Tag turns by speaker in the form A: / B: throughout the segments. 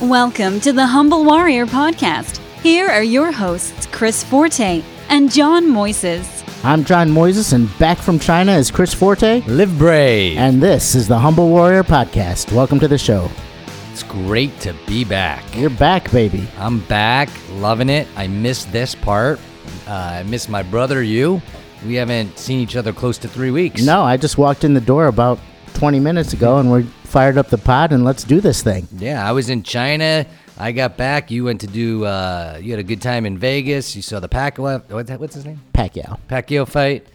A: Welcome to the Humble Warrior Podcast. Here are your hosts, Chris Forte and John Moises.
B: I'm John Moises, and back from China is Chris Forte.
C: Live brave.
B: And this is the Humble Warrior Podcast. Welcome to the show.
C: It's great to be back.
B: You're back, baby.
C: I'm back, loving it. I miss this part. Uh, I miss my brother, you. We haven't seen each other close to three weeks.
B: No, I just walked in the door about 20 minutes ago, and we fired up the pod, and let's do this thing.
C: Yeah, I was in China. I got back. You went to do. Uh, you had a good time in Vegas. You saw the Pac. what- What's, that, what's his name?
B: Pacquiao.
C: Pacquiao fight.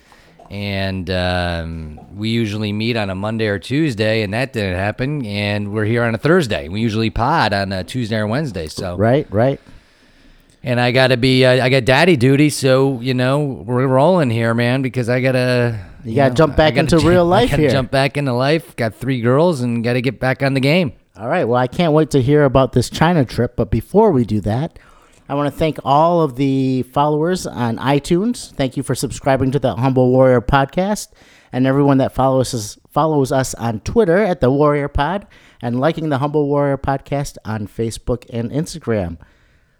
C: And um, we usually meet on a Monday or Tuesday, and that didn't happen. And we're here on a Thursday. We usually pod on a Tuesday or Wednesday. So
B: Right, right.
C: and I gotta be, uh, I got daddy duty, so you know we're rolling here, man, because I gotta.
B: You gotta jump back
C: I gotta
B: into
C: ju-
B: real
C: I
B: life
C: gotta
B: here.
C: Jump back into life. Got three girls and gotta get back on the game.
B: All right. Well, I can't wait to hear about this China trip. But before we do that, I want to thank all of the followers on iTunes. Thank you for subscribing to the Humble Warrior Podcast, and everyone that follows us follows us on Twitter at the Warrior Pod, and liking the Humble Warrior Podcast on Facebook and Instagram.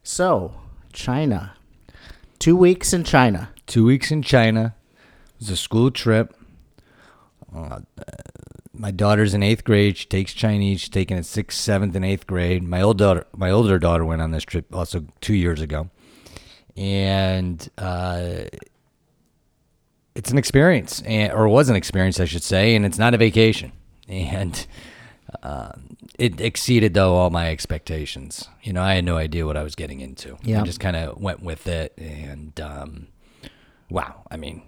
B: So, China, two weeks in China.
C: Two weeks in China. It was a school trip. Uh, my daughter's in eighth grade. She takes Chinese. She's taking it sixth, seventh, and eighth grade. My old daughter, my older daughter, went on this trip also two years ago, and uh, it's an experience, and, or was an experience, I should say, and it's not a vacation, and uh, it exceeded though all my expectations. You know, I had no idea what I was getting into.
B: Yeah.
C: I just kind of went with it, and um, wow, I mean.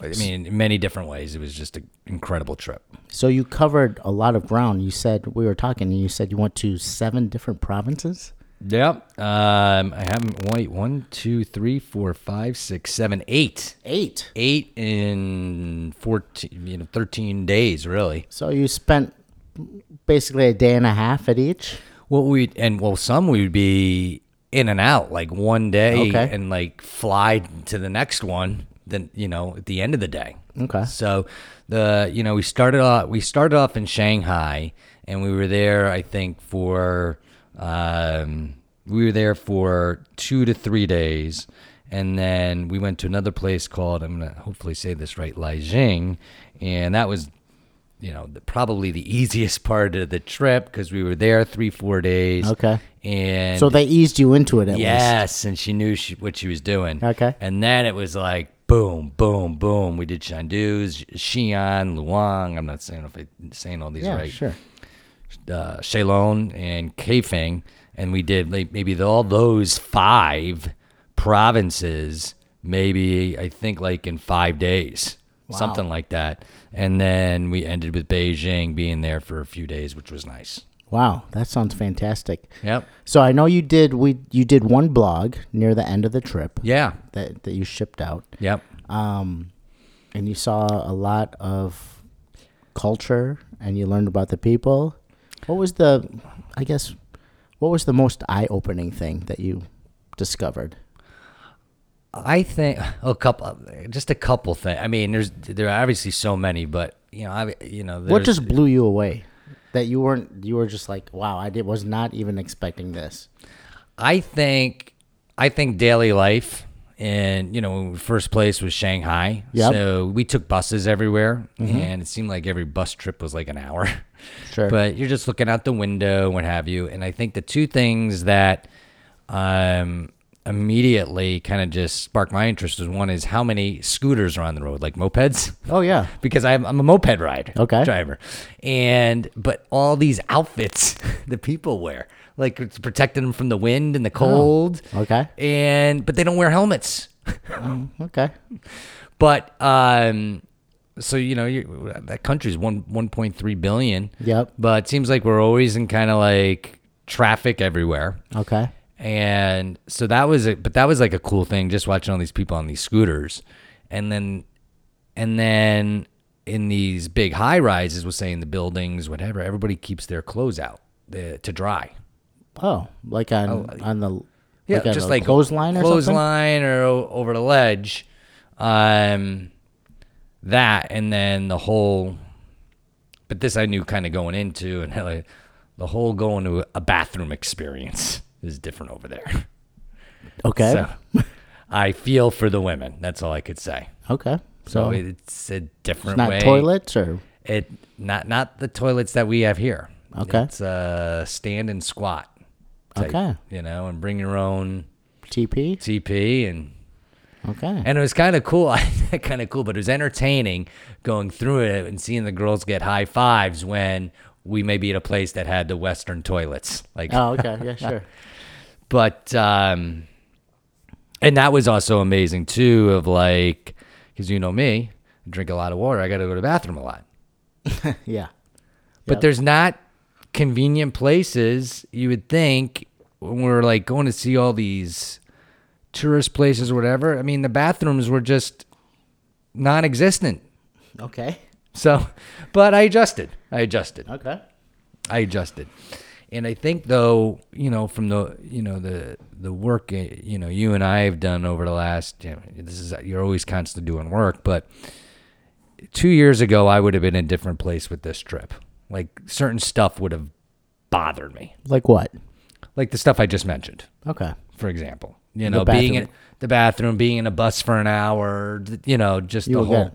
C: I mean, in many different ways. It was just an incredible trip.
B: So you covered a lot of ground. You said we were talking, and you said you went to seven different provinces.
C: Yep. Um, I haven't. Wait. One, two, three, four, five, six, seven, eight.
B: Eight.
C: Eight in fourteen. You know, thirteen days, really.
B: So you spent basically a day and a half at each.
C: What we and well, some we would be in and out like one day
B: Okay.
C: and like fly to the next one. Then you know, at the end of the day.
B: Okay.
C: So the you know we started off we started off in Shanghai and we were there I think for um, we were there for two to three days and then we went to another place called I'm gonna hopefully say this right Lijiang and that was you know the, probably the easiest part of the trip because we were there three four days
B: Okay.
C: and
B: So they eased you into it at least.
C: Yes, and she knew she, what she was doing.
B: Okay.
C: And then it was like boom, boom, boom. We did Shandu's, Xi'an, Luang. I'm not saying if I saying all these
B: Yeah,
C: right.
B: sure.
C: Uh, Shalon and Kaifeng, and we did like, maybe the, all those five provinces. Maybe I think like in five days, something like that. And then we ended with Beijing being there for a few days, which was nice.
B: Wow, that sounds fantastic.
C: Yep.
B: So I know you did we you did one blog near the end of the trip
C: Yeah.
B: that that you shipped out.
C: Yep.
B: Um and you saw a lot of culture and you learned about the people. What was the I guess what was the most eye-opening thing that you discovered?
C: I think a couple, just a couple things. I mean, there's there are obviously so many, but you know, I you know,
B: What
C: there's-
B: just blew you away? That you weren't you were just like, wow, I did was not even expecting this.
C: I think I think daily life and you know first place was Shanghai.
B: Yep. Mm-hmm.
C: So we took buses everywhere and it seemed like every bus trip was like an hour.
B: Sure.
C: But you're just looking out the window, what have you. And I think the two things that um immediately kind of just sparked my interest was one is how many scooters are on the road, like mopeds.
B: Oh yeah.
C: because I'm, I'm a moped ride
B: Okay.
C: driver, and but all these outfits the people wear, like it's protecting them from the wind and the cold.
B: okay.
C: and but they don't wear helmets.
B: Okay.
C: But um, so you know you that country's one one point three billion.
B: Yep.
C: But it seems like we're always in kind of like traffic everywhere.
B: Okay.
C: And so that was a but that was like a cool thing just watching all these people on these scooters. And then and then in these big high rises was saying the buildings whatever everybody keeps their clothes out the, to dry.
B: Oh, like on on the
C: Yeah,
B: like on
C: just
B: a
C: like
B: clothesline or something.
C: clothesline or o- over the ledge. Um that and then the whole but this I knew kind of going into and like the whole going to a bathroom experience is different over there.
B: Okay.
C: So I feel for the women. That's all I could say.
B: okay. So,
C: So it's a different
B: not
C: way.
B: toilets or
C: It not not the toilets that we have here.
B: Okay.
C: It's uh stand and squat. type,
B: Okay.
C: You know, and bring your own
B: TP.
C: TP and
B: Okay.
C: and it was kind of cool. kind of cool, but it was entertaining going through it and seeing the girls get high fives when we may be at a place that had the Western toilets. Like,
B: oh, okay. Yeah, sure.
C: but um, and that was also amazing too. Of like, because you know me, I drink a lot of water. I got to go to the bathroom a lot.
B: Yeah.
C: But there's not convenient places you would think when we're like going to see all these tourist places or whatever. I mean, the bathrooms were just non existent.
B: Okay.
C: So, but I adjusted. I adjusted.
B: Okay.
C: I adjusted. And I think though, you know, from the you know the the work eh, you know you and I have done over the last you know, this is you're always constantly doing work, but two years ago I would have been in a different place with this trip. Like certain stuff would have bothered me,
B: Like what?
C: like the stuff I just mentioned,
B: Okay.
C: for example. You know,
B: bathroom.
C: being in the bathroom, being in a bus for an hour, th- you know, just
B: You
C: the
B: will
C: whole.
B: get-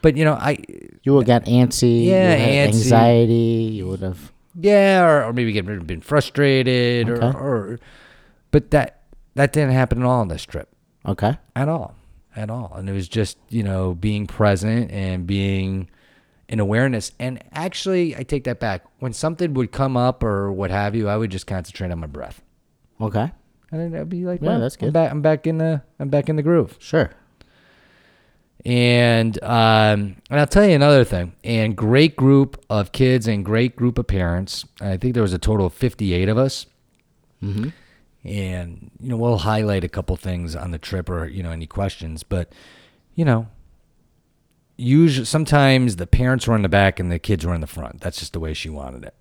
C: But you know, I
B: You would have got antsy. you
C: Yeah,
B: would have
C: antsy.
B: Anxiety. You would have.
C: yeah, or, or maybe get been frustrated,
B: Okay.
C: or, or, but that that didn't happen at all on this trip,
B: Okay.
C: at all, at all. And it was just you know being present and being in awareness. And actually, I take that back. When something would come up or what have you, I would just concentrate on my breath,
B: Okay.
C: and then I'd be like,
B: Yeah,
C: "Wow,
B: that's
C: I'm
B: good.
C: back, I'm back in the, I'm back in the groove."
B: Sure.
C: And um, and I'll tell you another thing. And great group of kids and great group of parents. I think there was a total of fifty eight of us.
B: Mm-hmm.
C: And you know we'll highlight a couple things on the trip or you know any questions, but you know, usually sometimes the parents were in the back and the kids were in the front. That's just the way she wanted it.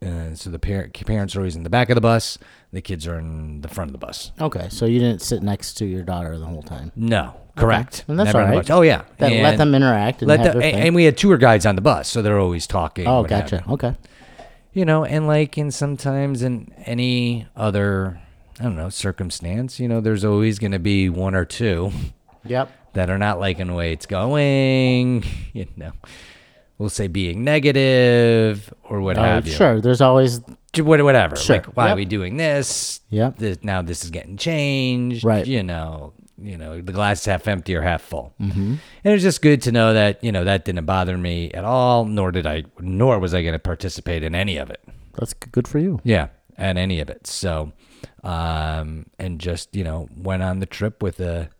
C: And so the par- parents are always in the back of the bus, the kids are in the front of the bus.
B: Okay. So you didn't sit next to your daughter the whole time.
C: No, correct.
B: And that's
C: Never in the
B: all right.
C: bus. Oh yeah,
B: That let
C: And-
B: them interact and
C: let
B: have
C: the,
B: their
C: and,
B: thing.
C: and we had tour guides on the bus, so they're always talking.
B: oh,
C: what have
B: gotcha.
C: you.
B: Okay.
C: You know, and like in sometimes in any other, I don't know, circumstance, you know, there's always going to be one or two
B: Yep.
C: that are not liking the way it's going. You know, we'll say being negative or what
B: Uh,
C: have you.
B: sure. There's always
C: Ju- what- Whatever.
B: Sure.
C: Like, why are
B: Yep.
C: we doing this?
B: Yep.
C: This, now this is getting changed.
B: Right.
C: You know, you know, the glass is half empty or half full. Mm-hmm. And it's just good to know that, you know, that didn't bother me at all, nor did I, nor was I going to participate in any of it.
B: that's g- good for you.
C: Yeah. At any of it. So, um, and just, you know, went on the trip with a,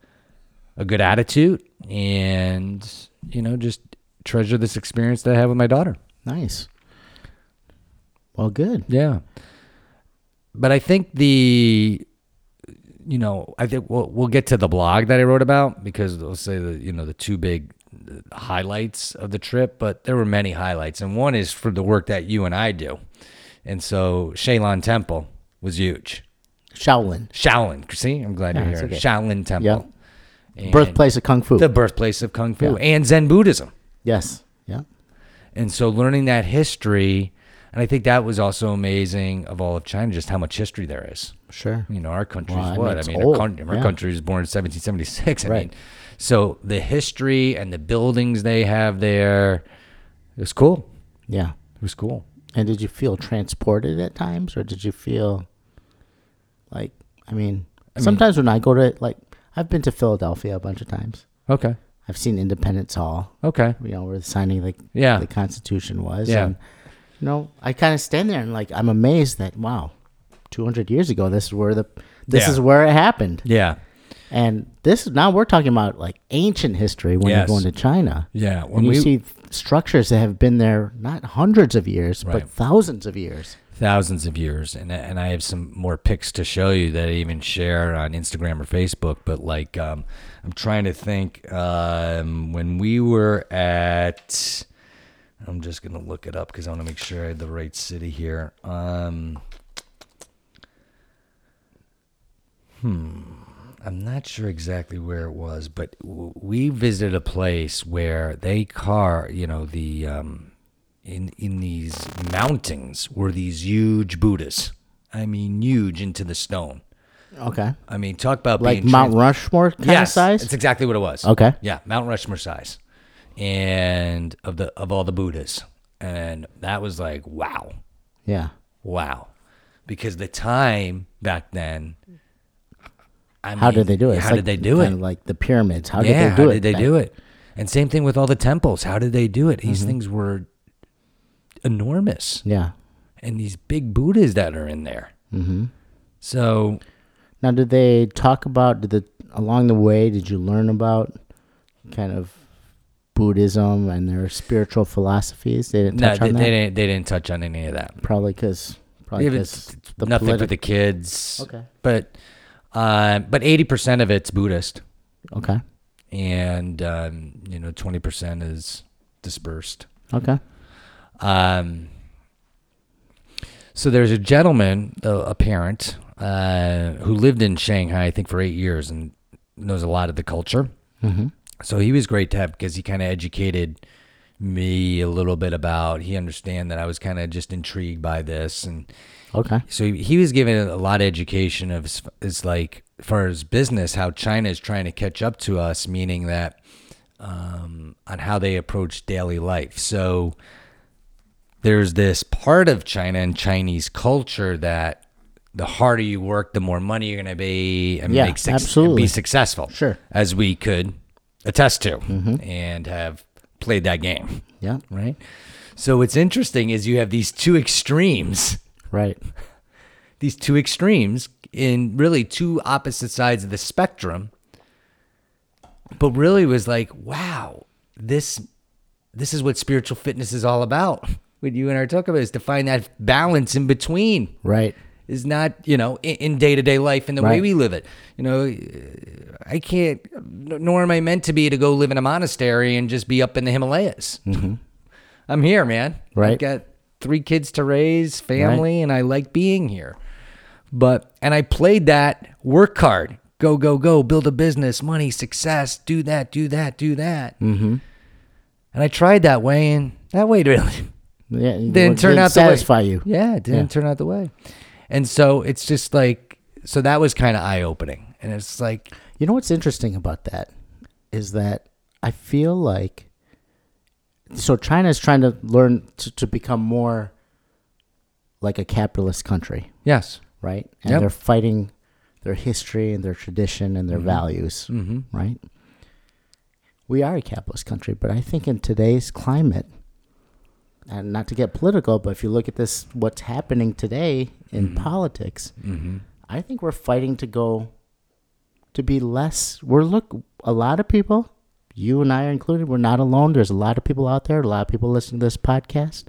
C: a good attitude and, you know, just treasure this experience that I had with my daughter.
B: Nice. Well, good.
C: Yeah. But I think the, you know, I think we'll, we'll get to the blog that I wrote about because they'll say the, you know, the two big highlights of the trip, but there were many highlights. And one is for the work that you and I do. And so Shaylon Temple was huge.
B: Shaolin,
C: Shaolin, see, I'm glad
B: Yeah,
C: you're
B: it's
C: here.
B: okay.
C: Shaolin Temple. And
B: birthplace of kung fu.
C: The birthplace of Kung Fu
B: Yeah.
C: and Zen Buddhism.
B: yes. Yeah.
C: And so learning that history, and I think that was also amazing of all of China, just how much history there is.
B: Sure.
C: You know, our country's
B: Well, I mean,
C: what? I
B: it's
C: mean,
B: old,
C: our, country,
B: yeah.
C: our country was born in 1776. I mean,
B: Right.
C: so the history and the buildings they have there, it was cool.
B: Yeah.
C: It was cool.
B: And did you feel transported at times, or did you feel like I mean, sometimes when I go to like I've been to Philadelphia a bunch of times.
C: Okay.
B: I've seen Independence Hall,
C: Okay.
B: you know, where the signing of the,
C: Yeah.
B: the Constitution was.
C: Yeah.
B: And, you know, I kind of stand there and like I'm amazed that wow, 200 years ago, this is where the this
C: Yeah.
B: is where it happened.
C: Yeah.
B: And this is now we're talking about like ancient history when
C: Yes.
B: you're going to China.
C: Yeah.
B: When you see structures that have been there not hundreds of years,
C: Right.
B: but thousands of years.
C: thousands of years and and I have some more pics to show you that I even share on Instagram or Facebook but like um I'm trying to think um when we were at I'm just going to look it up cuz I want to make sure I had the right city here um hmm, I'm not sure exactly where it was, but w- we visited a place where they car, you know, the um, in in these mountains were these huge Buddhas. I mean, huge into the stone.
B: Okay.
C: I mean, talk about
B: Like
C: being
B: Mount
C: trans-
B: Rushmore kind
C: yes,
B: of size?
C: That's exactly what it was.
B: Okay.
C: Yeah, Mount Rushmore size, and of the of all the Buddhas, and that was like wow,
B: yeah.
C: wow, because the time back then. I
B: How
C: mean,
B: did they do it? It's
C: How did
B: like
C: they do
B: kinda
C: it?
B: Like the pyramids. How
C: yeah,
B: did they do
C: how
B: it?
C: did they do it? And same thing with all the temples. How did they do it?
B: Mm-hmm.
C: These things were enormous,
B: Yeah.
C: and these big Buddhas that are in there. Mm-hmm. So
B: Now, did they talk about did the along the way? Did you learn about kind of Buddhism and their spiritual philosophies? They didn't
C: no,
B: touch
C: they,
B: on
C: they
B: that.
C: didn't. They didn't touch on any of that.
B: Probably 'cause probably
C: Even
B: because
C: t-
B: the
C: nothing
B: politi-
C: for the kids.
B: Okay.
C: but uh, but eighty percent of it's Buddhist,
B: okay,
C: and um, you know twenty percent is dispersed.
B: okay,
C: Um, so there's a gentleman, a, a parent, uh, who lived in Shanghai, I think, for eight years and knows a lot of the culture.
B: mm-hmm.
C: So he was great to have because he kind of educated me a little bit about. He understand that I was kind of just intrigued by this, and
B: okay,
C: so he, he was given a lot of education of s- is like as far as business, how China is trying to catch up to us, meaning that um, on how they approach daily life. So there's this part of China and Chinese culture that the harder you work, the more money you're going to be and
B: Yeah,
C: make suc-
B: absolutely.
C: be successful.
B: Sure. Mm-hmm.
C: As we could attest to and have played that game.
B: yeah,
C: Right. So what's interesting is you have these two extremes
B: right,
C: these two extremes in really two opposite sides of the spectrum but really was like wow this this is what spiritual fitness is all about what you and i talk about is to find that balance in between
B: right,
C: is not you know in, in day-to-day life and the way
B: Right.
C: we live it you know i can't nor am i meant to be to go live in a monastery and just be up in the himalayas i'm here man i've
B: Mm-hmm. Right.
C: got three kids to raise family and i like being here but and i played that work card go go go build a business money success do that do that do that mm-hmm. and i tried that way and that way really
B: yeah, it
C: didn't turn out the way.
B: satisfy you.
C: Yeah, it didn't turn out the way. And so it's just like so that was kind of eye opening, and it's like
B: You know what's interesting about that is that I feel like so China is trying to learn to, to become more like a capitalist country,
C: yes,
B: right? And
C: Yep.
B: they're fighting their history and their tradition and their values, right? We are a capitalist country, but I think in today's climate, and not to get political, but if you look at this, what's happening today in politics, I think we're fighting to go to be less. We're look a lot of people, you and I are included. We're not alone. There's a lot of people out there. A lot of people listening to this podcast.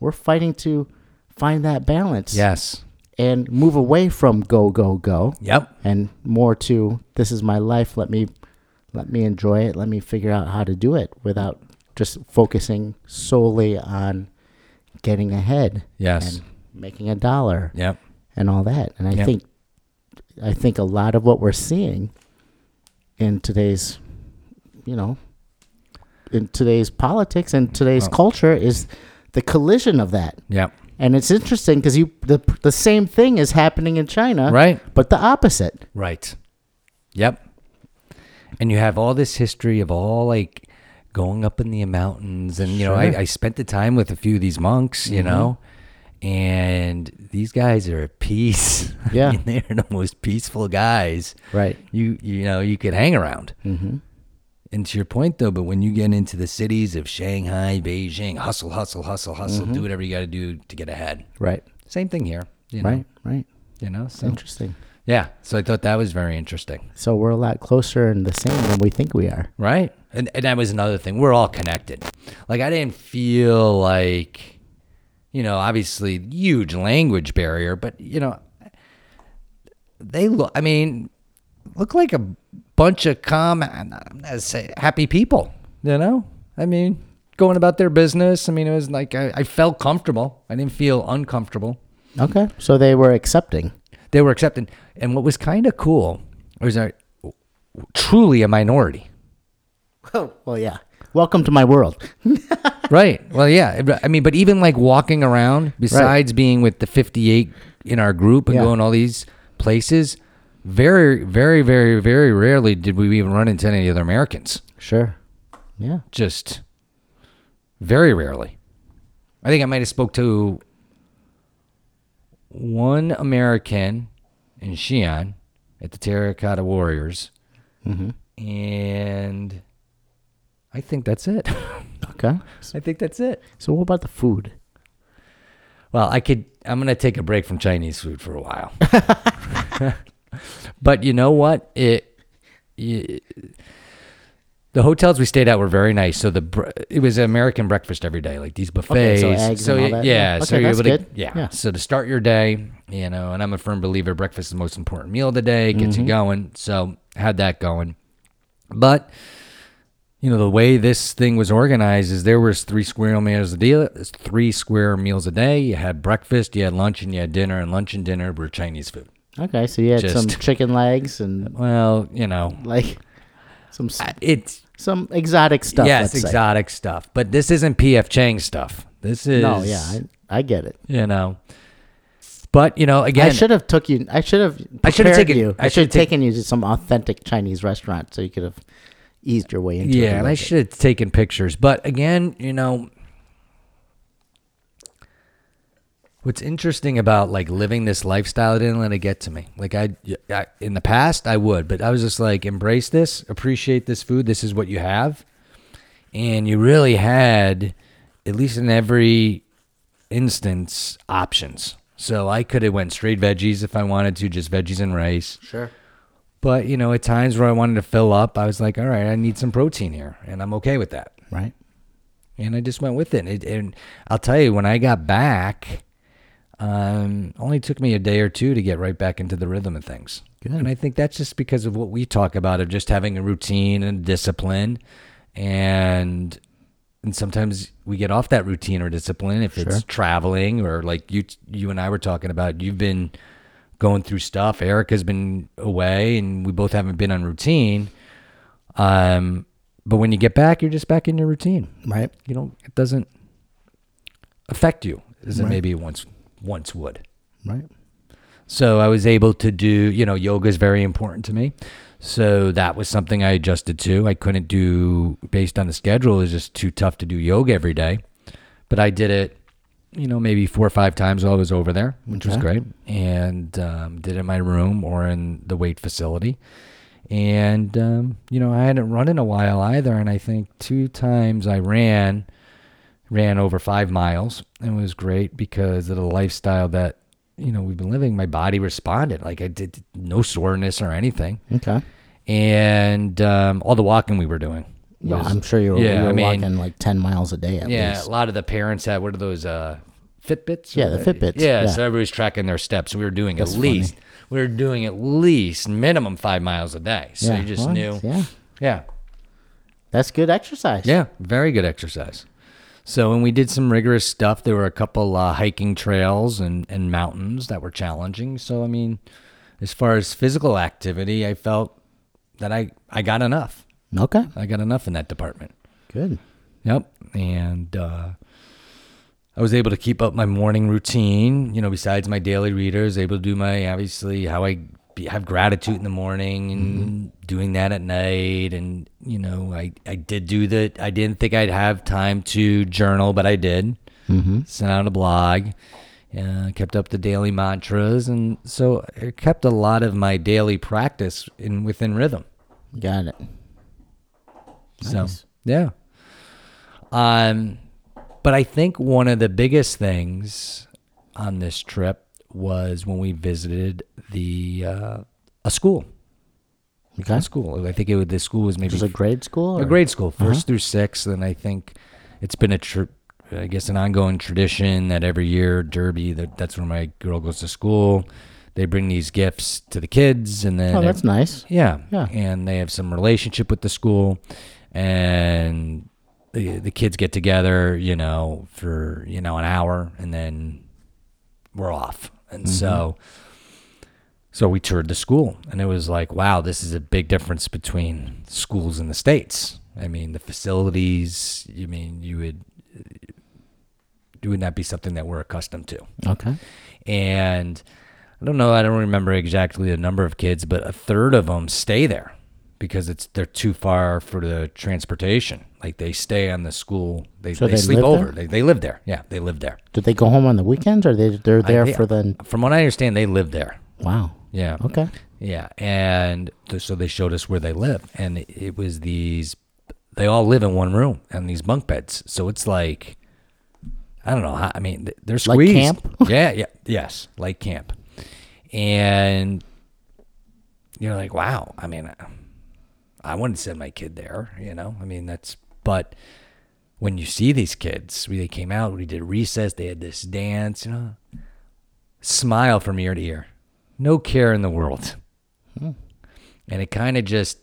B: We're fighting to find that balance
C: yes,
B: and move away from go go go
C: yep,
B: and more to this is my life let me let me enjoy it let me figure out how to do it without just focusing solely on getting ahead
C: Yes.
B: and making a dollar
C: yep,
B: and all that and i
C: Yeah.
B: think i think a lot of what we're seeing in today's you know in today's politics and today's culture is the collision of that
C: yep,
B: and it's interesting because you the the same thing is happening in China,
C: Right.
B: But the opposite,
C: right, yep. And you have all this history of all like going up in the mountains, and you know
B: Sure. Mm-hmm.
C: I, I spent the time with a few of these monks, you know. And these guys are at peace. I
B: Yeah.
C: mean, they're the most peaceful guys.
B: right?
C: you you know you could hang around. Mm-hmm. And to your point though, but when you get into the cities of Shanghai, Beijing, hustle, hustle, hustle, hustle,
B: Mm-hmm.
C: do whatever you got to do to get ahead.
B: Right,
C: Same thing here, you know,
B: right, right.
C: You know, so
B: Interesting.
C: yeah. So I thought that was very interesting,
B: So we're a lot closer and the same than we think we are.
C: right? And and that was another thing. We're all connected. Like I didn't feel like, you know, obviously huge language barrier, but you know, they look. I mean, look like a bunch of calm, I'm not- I'm not gonna say happy people. You know, I mean, going about their business. I mean, it was like I, I felt comfortable. I didn't feel uncomfortable.
B: Okay, so they were accepting.
C: They were accepting. And what was kind of cool was I truly a minority.
B: Oh, well, yeah. Welcome to my world.
C: Right. Well, yeah. but- I mean, but even like walking around, besides being with the 58 in our group and
B: Yeah.
C: going all these places, very, very, very, very rarely did we even run into any other Americans.
B: Sure. Yeah.
C: Just very rarely. I think I might have spoke to one American in Xi'an at the Terracotta Warriors, and I think that's it.
B: Okay.
C: I think that's it.
B: So what about the food?
C: Well, I could. I'm gonna take a break from Chinese food for a while. but you know what? It, y- the hotels we stayed at were very nice. So the br- it was American breakfast every day, like these buffets.
B: eggs and all
C: y-
B: that.
C: yeah,
B: Yeah.
C: so
B: Okay,
C: you're
B: that's
C: able to
B: good.
C: yeah.
B: Yeah.
C: So to start your day, you know, and I'm a firm believer breakfast is the most important meal of the day, gets
B: Mm-hmm.
C: you going. So had that going, but you know the way this thing was organized is there was three square meals a day three square meals a day you had breakfast you had lunch and you had dinner and lunch and dinner were chinese food
B: Okay, so you had some
C: Just-
B: chicken legs and
C: well you know
B: like some s-
C: it's
B: some exotic stuff.
C: yes
B: let's say.
C: exotic stuff but this isn't pf chang stuff this is
B: No, yeah, I, I get it.
C: you know but you know again
B: I should have took you. I should have.
C: I should have
B: prepared
C: taken-
B: you.
C: I
B: I should have
C: should take-
B: taken you to some authentic Chinese restaurant so you could have eased your way into it. a
C: yeah and
B: little
C: i
B: bit.
C: should have taken pictures but again you know what's interesting about like living this lifestyle it didn't let it get to me like I, I in the past i would but i was just like embrace this appreciate this food this is what you have and you really had at least in every instance options so i could have went straight veggies if i wanted to just veggies and rice
B: Sure.
C: but you know, at times where I wanted to fill up, I was like, all right, I need some protein here, and I'm okay with that.
B: Right.
C: And I just went with it. it and I'll tell you, when I got back, um, only took me a day or two to get right back into the rhythm of things.
B: Good.
C: And I think that's just because of what we talk about of just having a routine and discipline, and and sometimes we get off that routine or discipline if it's traveling or like you you and I were talking about. You've been going through stuff. Erica's been away, and we both haven't been on routine. Um, but when you get back, you're just back in your routine.
B: Right.
C: You don't. It doesn't affect you as it maybe once once would.
B: Right.
C: So I was able to do, you know, yoga is very important to me. So that was something I adjusted to. I couldn't do based on the schedule. It was just too tough to do yoga every day. But I did it, you know, maybe four or five times while I was over there, which was great. And um, did it in my room or in the weight facility. And, um, you know, I hadn't run in a while either. And I think two times I ran ran over five miles and was great because of the lifestyle that you know we've been living my body responded like i did no soreness or anything
B: Okay.
C: and um, all the walking we were doing
B: No,
C: was-
B: I'm sure you were, you
C: yeah, I
B: were
C: mean-
B: walking like 10 miles a day at
C: yeah
B: least.
C: a lot of the parents had what are those uh fitbits
B: Yeah, the Fitbits,
C: yeah,
B: yeah.
C: so everybody's tracking their steps we were doing
B: That's
C: at
B: funny.
C: least we were doing at least minimum five miles a day so you just
B: well,
C: knew
B: Yeah.
C: yeah
B: That's good exercise.
C: Yeah, very good exercise. So, and we did some rigorous stuff. There were a couple uh, hiking trails and, and mountains that were challenging. So, I mean, as far as physical activity, I felt that I, I got enough.
B: Okay.
C: I got enough in that department.
B: Good.
C: Yep. And uh, I was able to keep up my morning routine, you know, besides my daily readers, able to do my, obviously, how I be, have gratitude in the morning and doing that at night. And, you know, I, I did do the, I didn't think I'd have time to journal, but I did. Mm-hmm. Sent out a blog. Uh, kept up the daily mantras, and so I kept a lot of my daily practice in within rhythm.
B: Got it.
C: So
B: Nice.
C: yeah. Um, but I think one of the biggest things on this trip was when we visited the uh, a school.
B: Okay.
C: A school. I think it was the school was maybe
B: Was it grade Uh-huh. school?
C: a
B: or-
C: grade school 1st through sixth, and I think it's been a tr- I guess an ongoing tradition that every year Derby, that, that's where my girl goes to school. They bring these gifts to the kids, and then
B: Oh, that's nice.
C: yeah.
B: Yeah.
C: And they have some relationship with the school and the, the kids get together, you know, for, you know, an hour and then we're off. And so so we toured the school and it was like, wow, this is a big difference between schools in the states. I mean, the facilities, you mean you would would not be something that we're accustomed to.
B: Okay.
C: And I don't know, I don't remember exactly the number of kids, but a third of them stay there because it's they're too far for the transportation. Like they stay on the school, they,
B: So
C: they,
B: they
C: sleep
B: live
C: over.
B: there?
C: They, they live there. Yeah, they live there.
B: Do they go home on the weekends or they they're there
C: think-
B: for the
C: From what I understand, they live there.
B: wow?
C: Yeah.
B: Okay.
C: Yeah, and th- so they showed us where they live, and it- it was these. They all live in one room and these bunk beds, so it's like, I don't know. how- I mean, th- they're
B: Like
C: squeezed.
B: camp?
C: yeah, yeah, yes, like camp, and you're like, wow. I mean, I- I wouldn't send my kid there. You know, I mean, that's but. When you see these kids, we, they came out, we did recess, they had this dance, you know, smile from ear to ear, no care in the world and it kind of just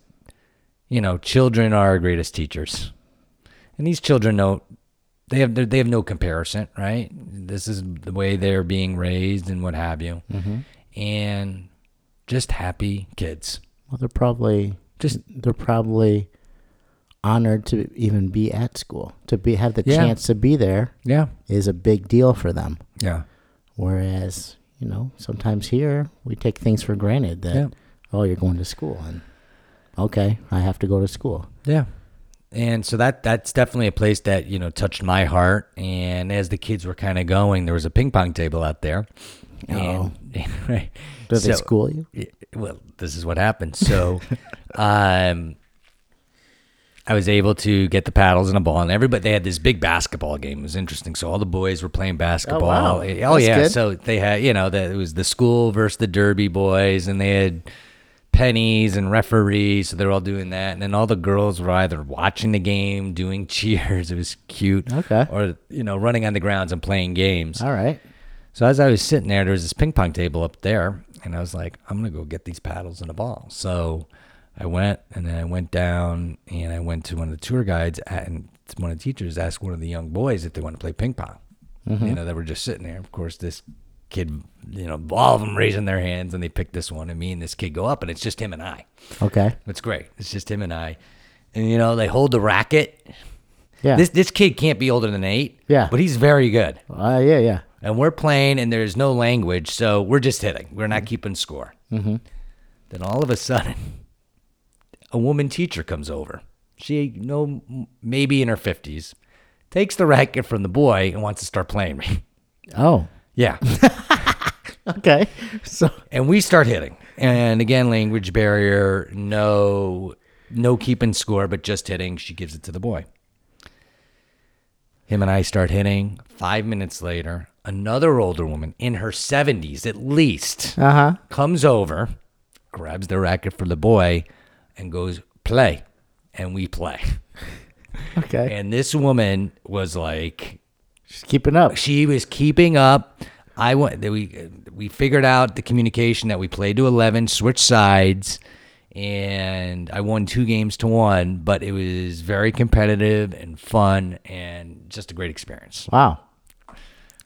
C: you know children are our greatest teachers and these children know they have they have no comparison right this is the way they're being raised and what have you and just happy kids
B: Well, they're probably
C: Just-
B: they're probably honored to even be at school to be have the
C: Yeah.
B: chance to be there
C: yeah
B: is a big deal for them.
C: yeah
B: Whereas you know sometimes here we take things for granted that
C: Yeah.
B: oh you're going to school and okay I have to go to school.
C: yeah and so that that's definitely a place that you know touched my heart and as the kids were kind of going there was a ping pong table out there
B: Oh.
C: and, right
B: Do they
C: So-
B: school you?
C: Yeah, well, this is what happened. So, um, I was able to get the paddles and a ball, and everybody they had this big basketball game. It was interesting. So all the boys were playing basketball.
B: wow.
C: Oh
B: That's
C: yeah.
B: good.
C: So they had you know that it was the school versus the derby boys, and they had pennies and referees. So they're all doing that, and then all the girls were either watching the game, doing cheers. It was cute.
B: Okay.
C: Or you know running on the grounds and playing games.
B: All right.
C: So as I was sitting there, there was this ping pong table up there, and I was like, I'm gonna go get these paddles and a ball. So I went, and then I went down, and I went to one of the tour guides and one of the teachers asked one of the young boys if they want to play ping pong.
B: Mm-hmm.
C: You know, they were just sitting there. Of course, this kid, you know, all of them raising their hands, and they picked this one, and me and this kid go up, and it's just him and I.
B: Okay.
C: It's great. It's just him and I, and you know, they hold the racket.
B: Yeah.
C: This this kid can't be older than eight.
B: Yeah.
C: but he's very good
B: uh, yeah. Yeah.
C: and we're playing and there's no language so we're just hitting we're not keeping score mm-hmm. then all of a sudden a woman teacher comes over she no maybe in her 50s takes the racket from the boy and wants to start playing me
B: Oh.
C: yeah
B: Okay. So
C: and we start hitting and again language barrier no no keeping score but just hitting she gives it to the boy him and i start hitting five minutes later another older woman in her 70s at least
B: uh huh.
C: comes over grabs the racket for the boy and goes play and we play
B: Okay.
C: and this woman was like
B: She's keeping up.
C: she was keeping up. I went. that We we figured out the communication that we played to eleven, switched sides, and I won two games to one. But it was very competitive and fun, and just a great experience.
B: Wow.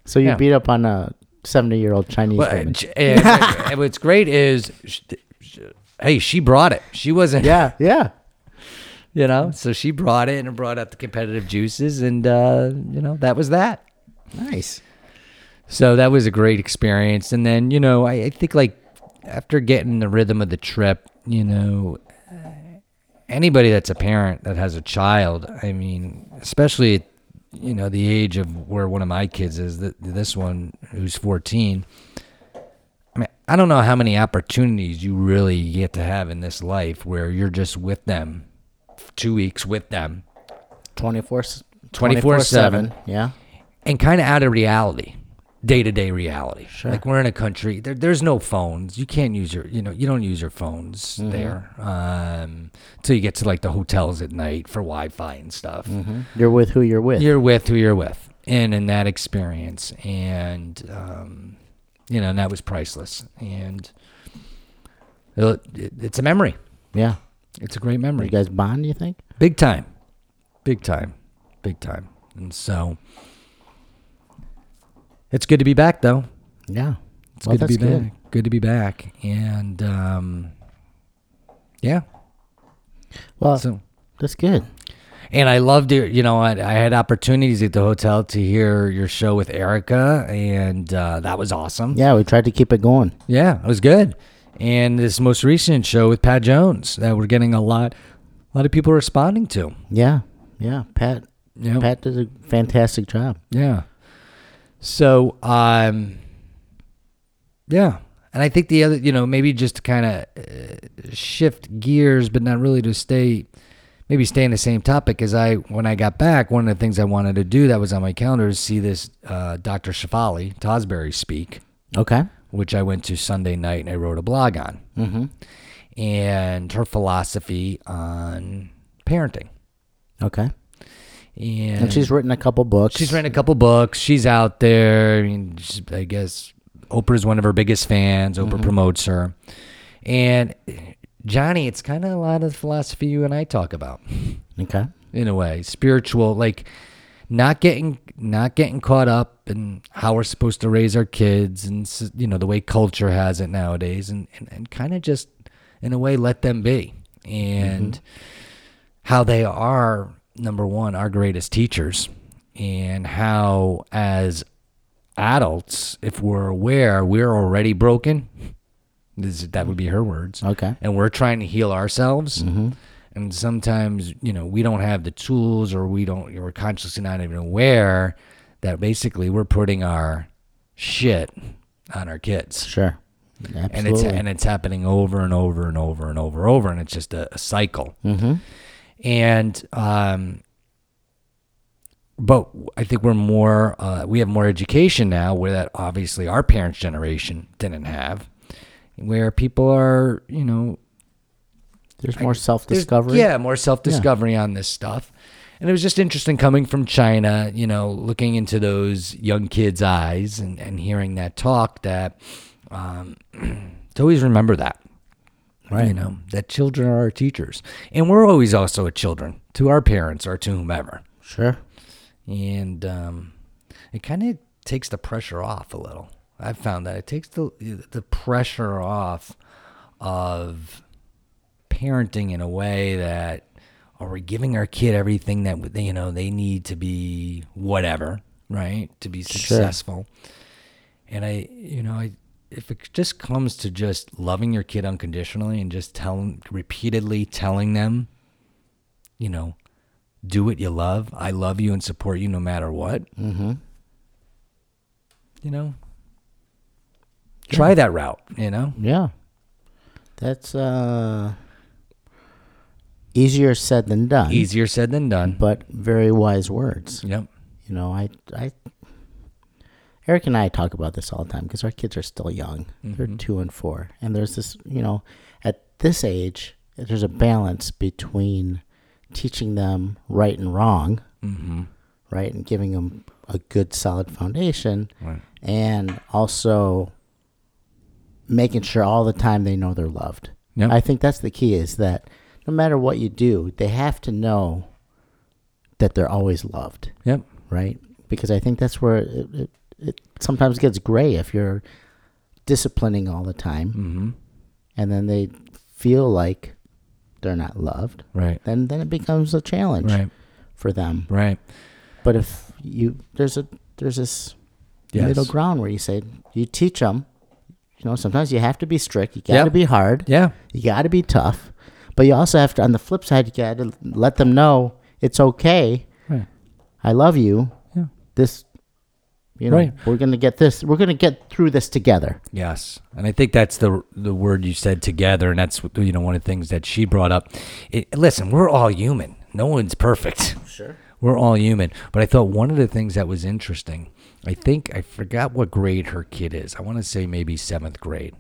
B: So you
C: Yeah.
B: beat up on a 70 year old Chinese
C: But
B: woman.
C: and- and what's great is, sh- sh- hey, she brought it. She wasn't,
B: yeah, yeah.
C: you know. So she brought it and brought out the competitive juices, and uh, you know that was that.
B: Nice.
C: So that was a great experience. And then, you know, I, I think like after getting the rhythm of the trip, you know, uh, anybody that's a parent that has a child, I mean, especially at, you know, the age of where one of my kids is, th- this one who's 14. I mean, I don't know how many opportunities you really get to have in this life where you're just with them, two weeks with them,
B: 24
C: 24/7.
B: Yeah.
C: and kind of out of reality, day to day reality. Like we're in a country, there, there's no phones. You can't use your, you know, you don't use your phones there um, till you get to like the hotels at night for Wi Fi and stuff.
B: Mm-hmm. You're with who you're with.
C: You're with who you're with, and in that experience, and um, you know, and that was priceless. And it, it- it's a memory.
B: yeah.
C: It's a great
B: You
C: memory.
B: guys bond, you think?
C: Big time. Big time. Big time. And so it's good to be back though.
B: Yeah.
C: It's good to be back. Good. to be back. And um yeah.
B: Well,
C: So
B: that's good.
C: And I loved it. You know, I, I had opportunities at the hotel to hear your show with Erica, and uh, that was awesome.
B: Yeah, we tried to keep it going.
C: Yeah, it was good. And this most recent show with Pat Jones that we're getting a lot, a lot of people responding to.
B: Yeah, yeah. Pat,
C: Yeah,
B: Pat did a fantastic job.
C: yeah. So, um, yeah, and I think the other, you know, maybe just to kind of uh, shift gears, but not really to stay, maybe stay in the same topic. As I, when I got back, one of the things I wanted to do that was on my calendar is see this uh, Dr. Shafali Tosberry speak.
B: Okay.
C: which I went to Sunday night and I wrote a blog on,
B: Mm-hmm.
C: and her philosophy on parenting.
B: Okay.
C: And,
B: And, she's written a couple books.
C: she's written a couple books. She's out there. I mean, she's, I guess Oprah's one of her biggest fans. Oprah promotes her, and Johnny, it's kind of a lot of the philosophy you and I talk about
B: Okay.
C: in a way, spiritual, like not getting not getting caught up in how we're supposed to raise our kids and s- you know the way culture has it nowadays and and, and kind of just in a way let them be and how they are number one our greatest teachers and how as adults if we're aware we're already broken this, that would be her words
B: Okay.
C: and we're trying to heal ourselves and sometimes you know we don't have the tools or we don't or we're consciously not even aware that basically we're putting our shit on our kids
B: Sure.
C: and it's
B: Absolutely.
C: and it's happening over and over and over and over and over and it's just a, a cycle
B: mm-hmm.
C: and um but I think we're more uh, we have more education now where that obviously our parents generation didn't have where people are you know
B: There's more self
C: there's-
B: discovery.
C: Yeah, more self discovery on this stuff. And it was just interesting coming from China, you know, looking into those young kids' eyes and, and hearing that talk that um, to always remember that. Right. You know, that children are our teachers. And we're always also a children to our parents or to whomever.
B: Sure.
C: And um, it kind of takes the pressure off a little. I've found that it takes the the pressure off of parenting in a way that are we giving our kid everything that you know they need to be whatever right to be successful and i you know i if it just comes to just loving your kid unconditionally and just telling repeatedly telling them you know do what you love i love you and support you no matter what mm-hmm. you know try that route you know
B: Yeah. That's uh easier said than done.
C: easier said than done
B: But very wise words.
C: yep
B: You know, I I Eric and I talk about this all the time because our kids are still young.
C: Mm-hmm.
B: They're two and four. And there's this, you know, at this age, there's a balance between teaching them right and wrong,
C: mm-hmm.
B: right? And giving them a good, solid foundation.
C: Right.
B: and also making sure all the time they know they're loved.
C: Yep.
B: I think that's the key is that no matter what you do, they have to know that they're always loved,
C: Yep.
B: right? Because I think that's where it, it, it sometimes gets gray if you're disciplining all the time
C: Mm-hmm.
B: and then they feel like they're not loved,
C: Right.
B: then, then it becomes a challenge
C: Right.
B: for them.
C: Right.
B: But if you there's a there's this
C: Yes.
B: middle ground where you say you teach them. You know, sometimes you have to be strict. You got to
C: Yep.
B: be hard.
C: Yeah.
B: You got to be tough. But you also have to, on the flip side, you got to let them know it's okay.
C: Right.
B: I love you.
C: Yeah.
B: This, you know,
C: Right.
B: we're gonna get this. We're gonna get through this together.
C: Yes. And I think that's the the word you said together, and that's you know one of the things that she brought up. It, listen, we're all human. No one's perfect. Sure. We're all human. But I thought one of the things that was interesting. I think I forgot what grade her kid is. I want to say maybe seventh grade,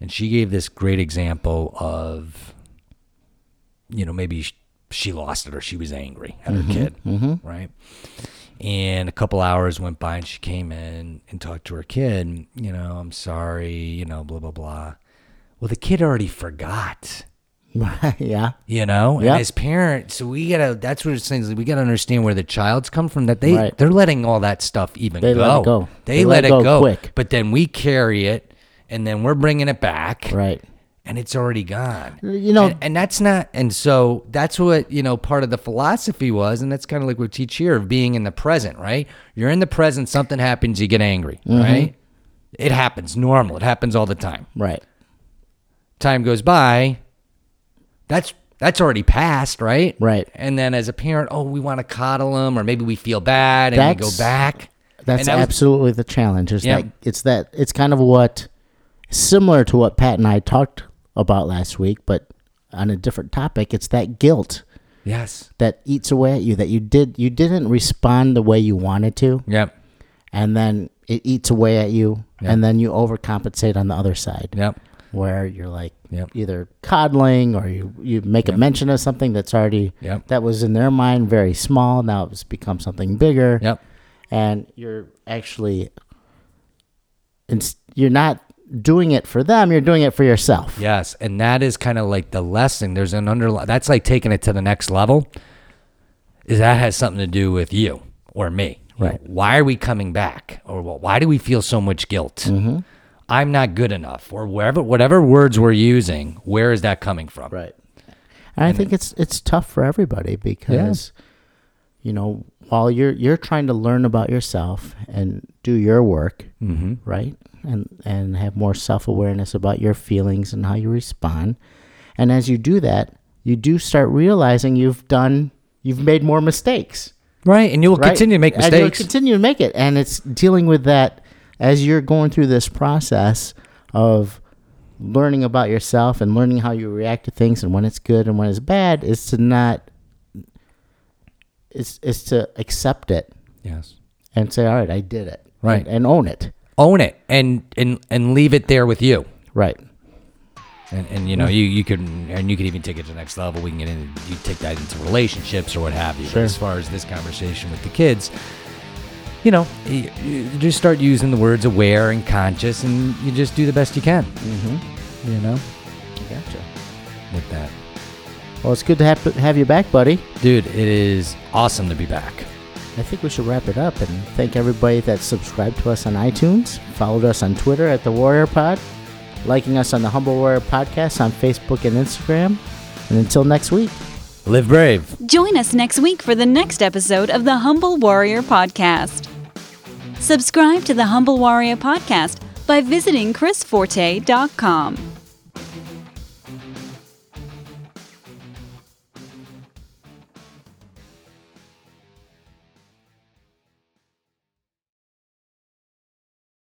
C: and she gave this great example of you know, maybe sh- she lost it or she was angry at her kid, right? And a couple hours went by and she came in and talked to her kid, and, you know, I'm sorry, you know, blah, blah, blah. Well, the kid already forgot,
B: yeah.
C: you know?
B: Yeah.
C: And as parents, so we gotta, that's what it's things, we gotta understand where the child's come from, that they,
B: Right.
C: they're letting all that stuff even
B: They
C: go.
B: let it go.
C: They, let, it go,
B: quick.
C: But then we carry it and then we're bringing it back
B: Right.
C: and it's already gone.
B: Uh, You know-
C: and, and that's not. And so that's what you know. Part of the philosophy was, and that's kind of like we teach here of being in the present, right? You're in the present. Something happens, you get angry,
B: Mm-hmm.
C: right? It happens normal. It happens all the time.
B: Right.
C: Time goes by. That's that's already passed, right?
B: Right.
C: And then as a parent, oh, we want to coddle them, or maybe we feel bad and we
B: That's-
C: go back.
B: That's
C: And that was-
B: absolutely the challenge. Is
C: Yeah.
B: that it's that it's kind of what similar to what Pat and I talked about last week, but on a different topic. It's that guilt
C: Yes.
B: that eats away at you that you did you didn't respond the way you wanted to,
C: Yep.
B: and then it eats away at you, and then you overcompensate on the other side.
C: Yep.
B: where you're like
C: Yep.
B: either coddling or you, you make a mention of something that's already
C: Yep.
B: that was in their mind very small now it's become something bigger
C: Yep.
B: and you're actually it's, you're not doing it for them you're doing it for yourself
C: Yes, and that is kind of like the lesson. There's an underlying that's like taking it to the next level. Is that has something to do with you or me? You know,
B: Right.
C: why are we coming back, or wh- why do we feel so much guilt?
B: Mm-hmm.
C: I'm not good enough, or wherever whatever words we're using. Where is that coming from?
B: right and i think it's it's tough for everybody because you know while you're you're trying to learn about yourself and do your work
C: Mm-hmm.
B: right and and have more self-awareness about your feelings and how you respond and as you do that you do start realizing you've done you've made more mistakes
C: Right, and you will
B: right?
C: continue to make
B: And you'll
C: mistakes.
B: continue to make it and it's dealing with that as you're going through this process of learning about yourself and learning how you react to things and when it's good and when it's bad is to not is is to accept it
C: yes,
B: and say all right i did it and,
C: Right.
B: and own it
C: own it and and and leave it there with you.
B: right
C: And, and you know you you could and you could even take it to the next level. We can get in you take that into relationships or what have you.
B: Sure.
C: As far as this conversation with the kids, you know, you, you just start using the words aware and conscious, and you just do the best you can. Mm-hmm. You know,
B: gotcha
C: with that,
B: Well, it's good to have, have you back, buddy.
C: dude, it is awesome to be back.
B: I think we should wrap it up and thank everybody that subscribed to us on iTunes, followed us on Twitter at The Warrior Pod, liking us on the Humble Warrior Podcast on Facebook and Instagram. And until next week.
C: Live brave.
A: Join us next week for the next episode of the Humble Warrior Podcast. Subscribe to the Humble Warrior Podcast by visiting chrisforte.com.